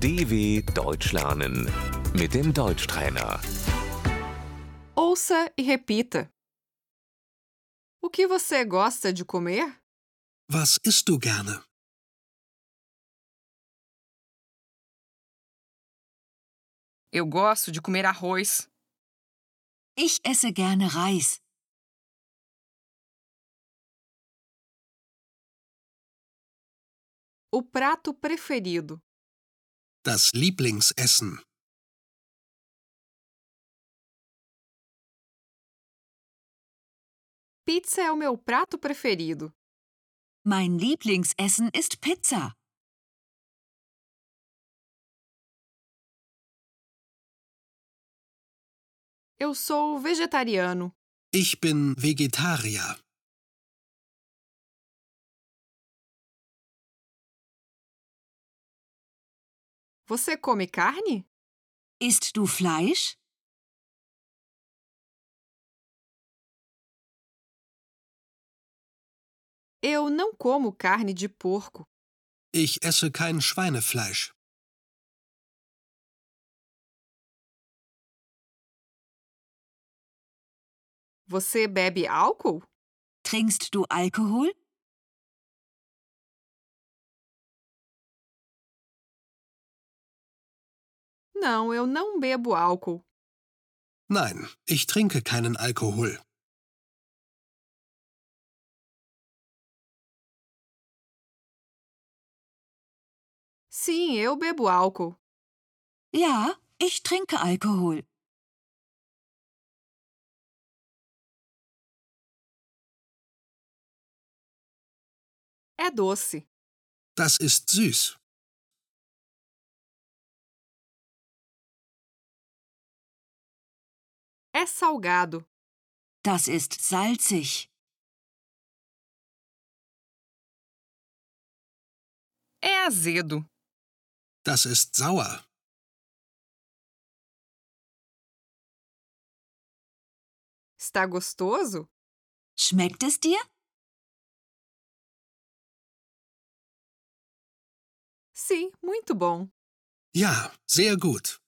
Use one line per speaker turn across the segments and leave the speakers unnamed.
DW Deutsch lernen mit dem Deutschtrainer.
Ouça e repita. O que você gosta de comer?
Was isst du gerne?
Eu gosto de comer arroz.
Ich esse gerne Reis.
O prato preferido.
Das Lieblingsessen.
Pizza é o meu prato preferido.
Mein Lieblingsessen ist Pizza.
Eu sou vegetariano.
Ich bin Vegetarier.
Você come carne?
Isst du Fleisch?
Eu não como carne de porco.
Ich esse kein Schweinefleisch.
Você bebe álcool?
Trinkst du Alkohol?
Não, eu não bebo álcool.
Nein, ich trinke keinen Alkohol.
Sim, eu bebo álcool.
Ja, ich trinke Alkohol.
É doce.
Das ist süß.
É salgado.
Das ist salzig.
É azedo.
Das ist sauer.
Está gostoso?
Schmeckt es dir?
Sim, muito bom.
Ja, sehr gut.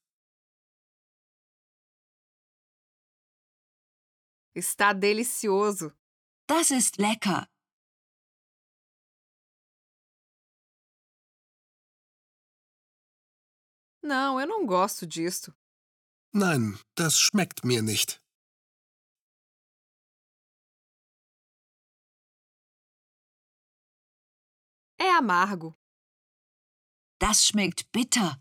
Está delicioso.
Das ist lecker.
Não, eu não gosto disto.
Nein, das schmeckt mir nicht.
É amargo.
Das schmeckt bitter.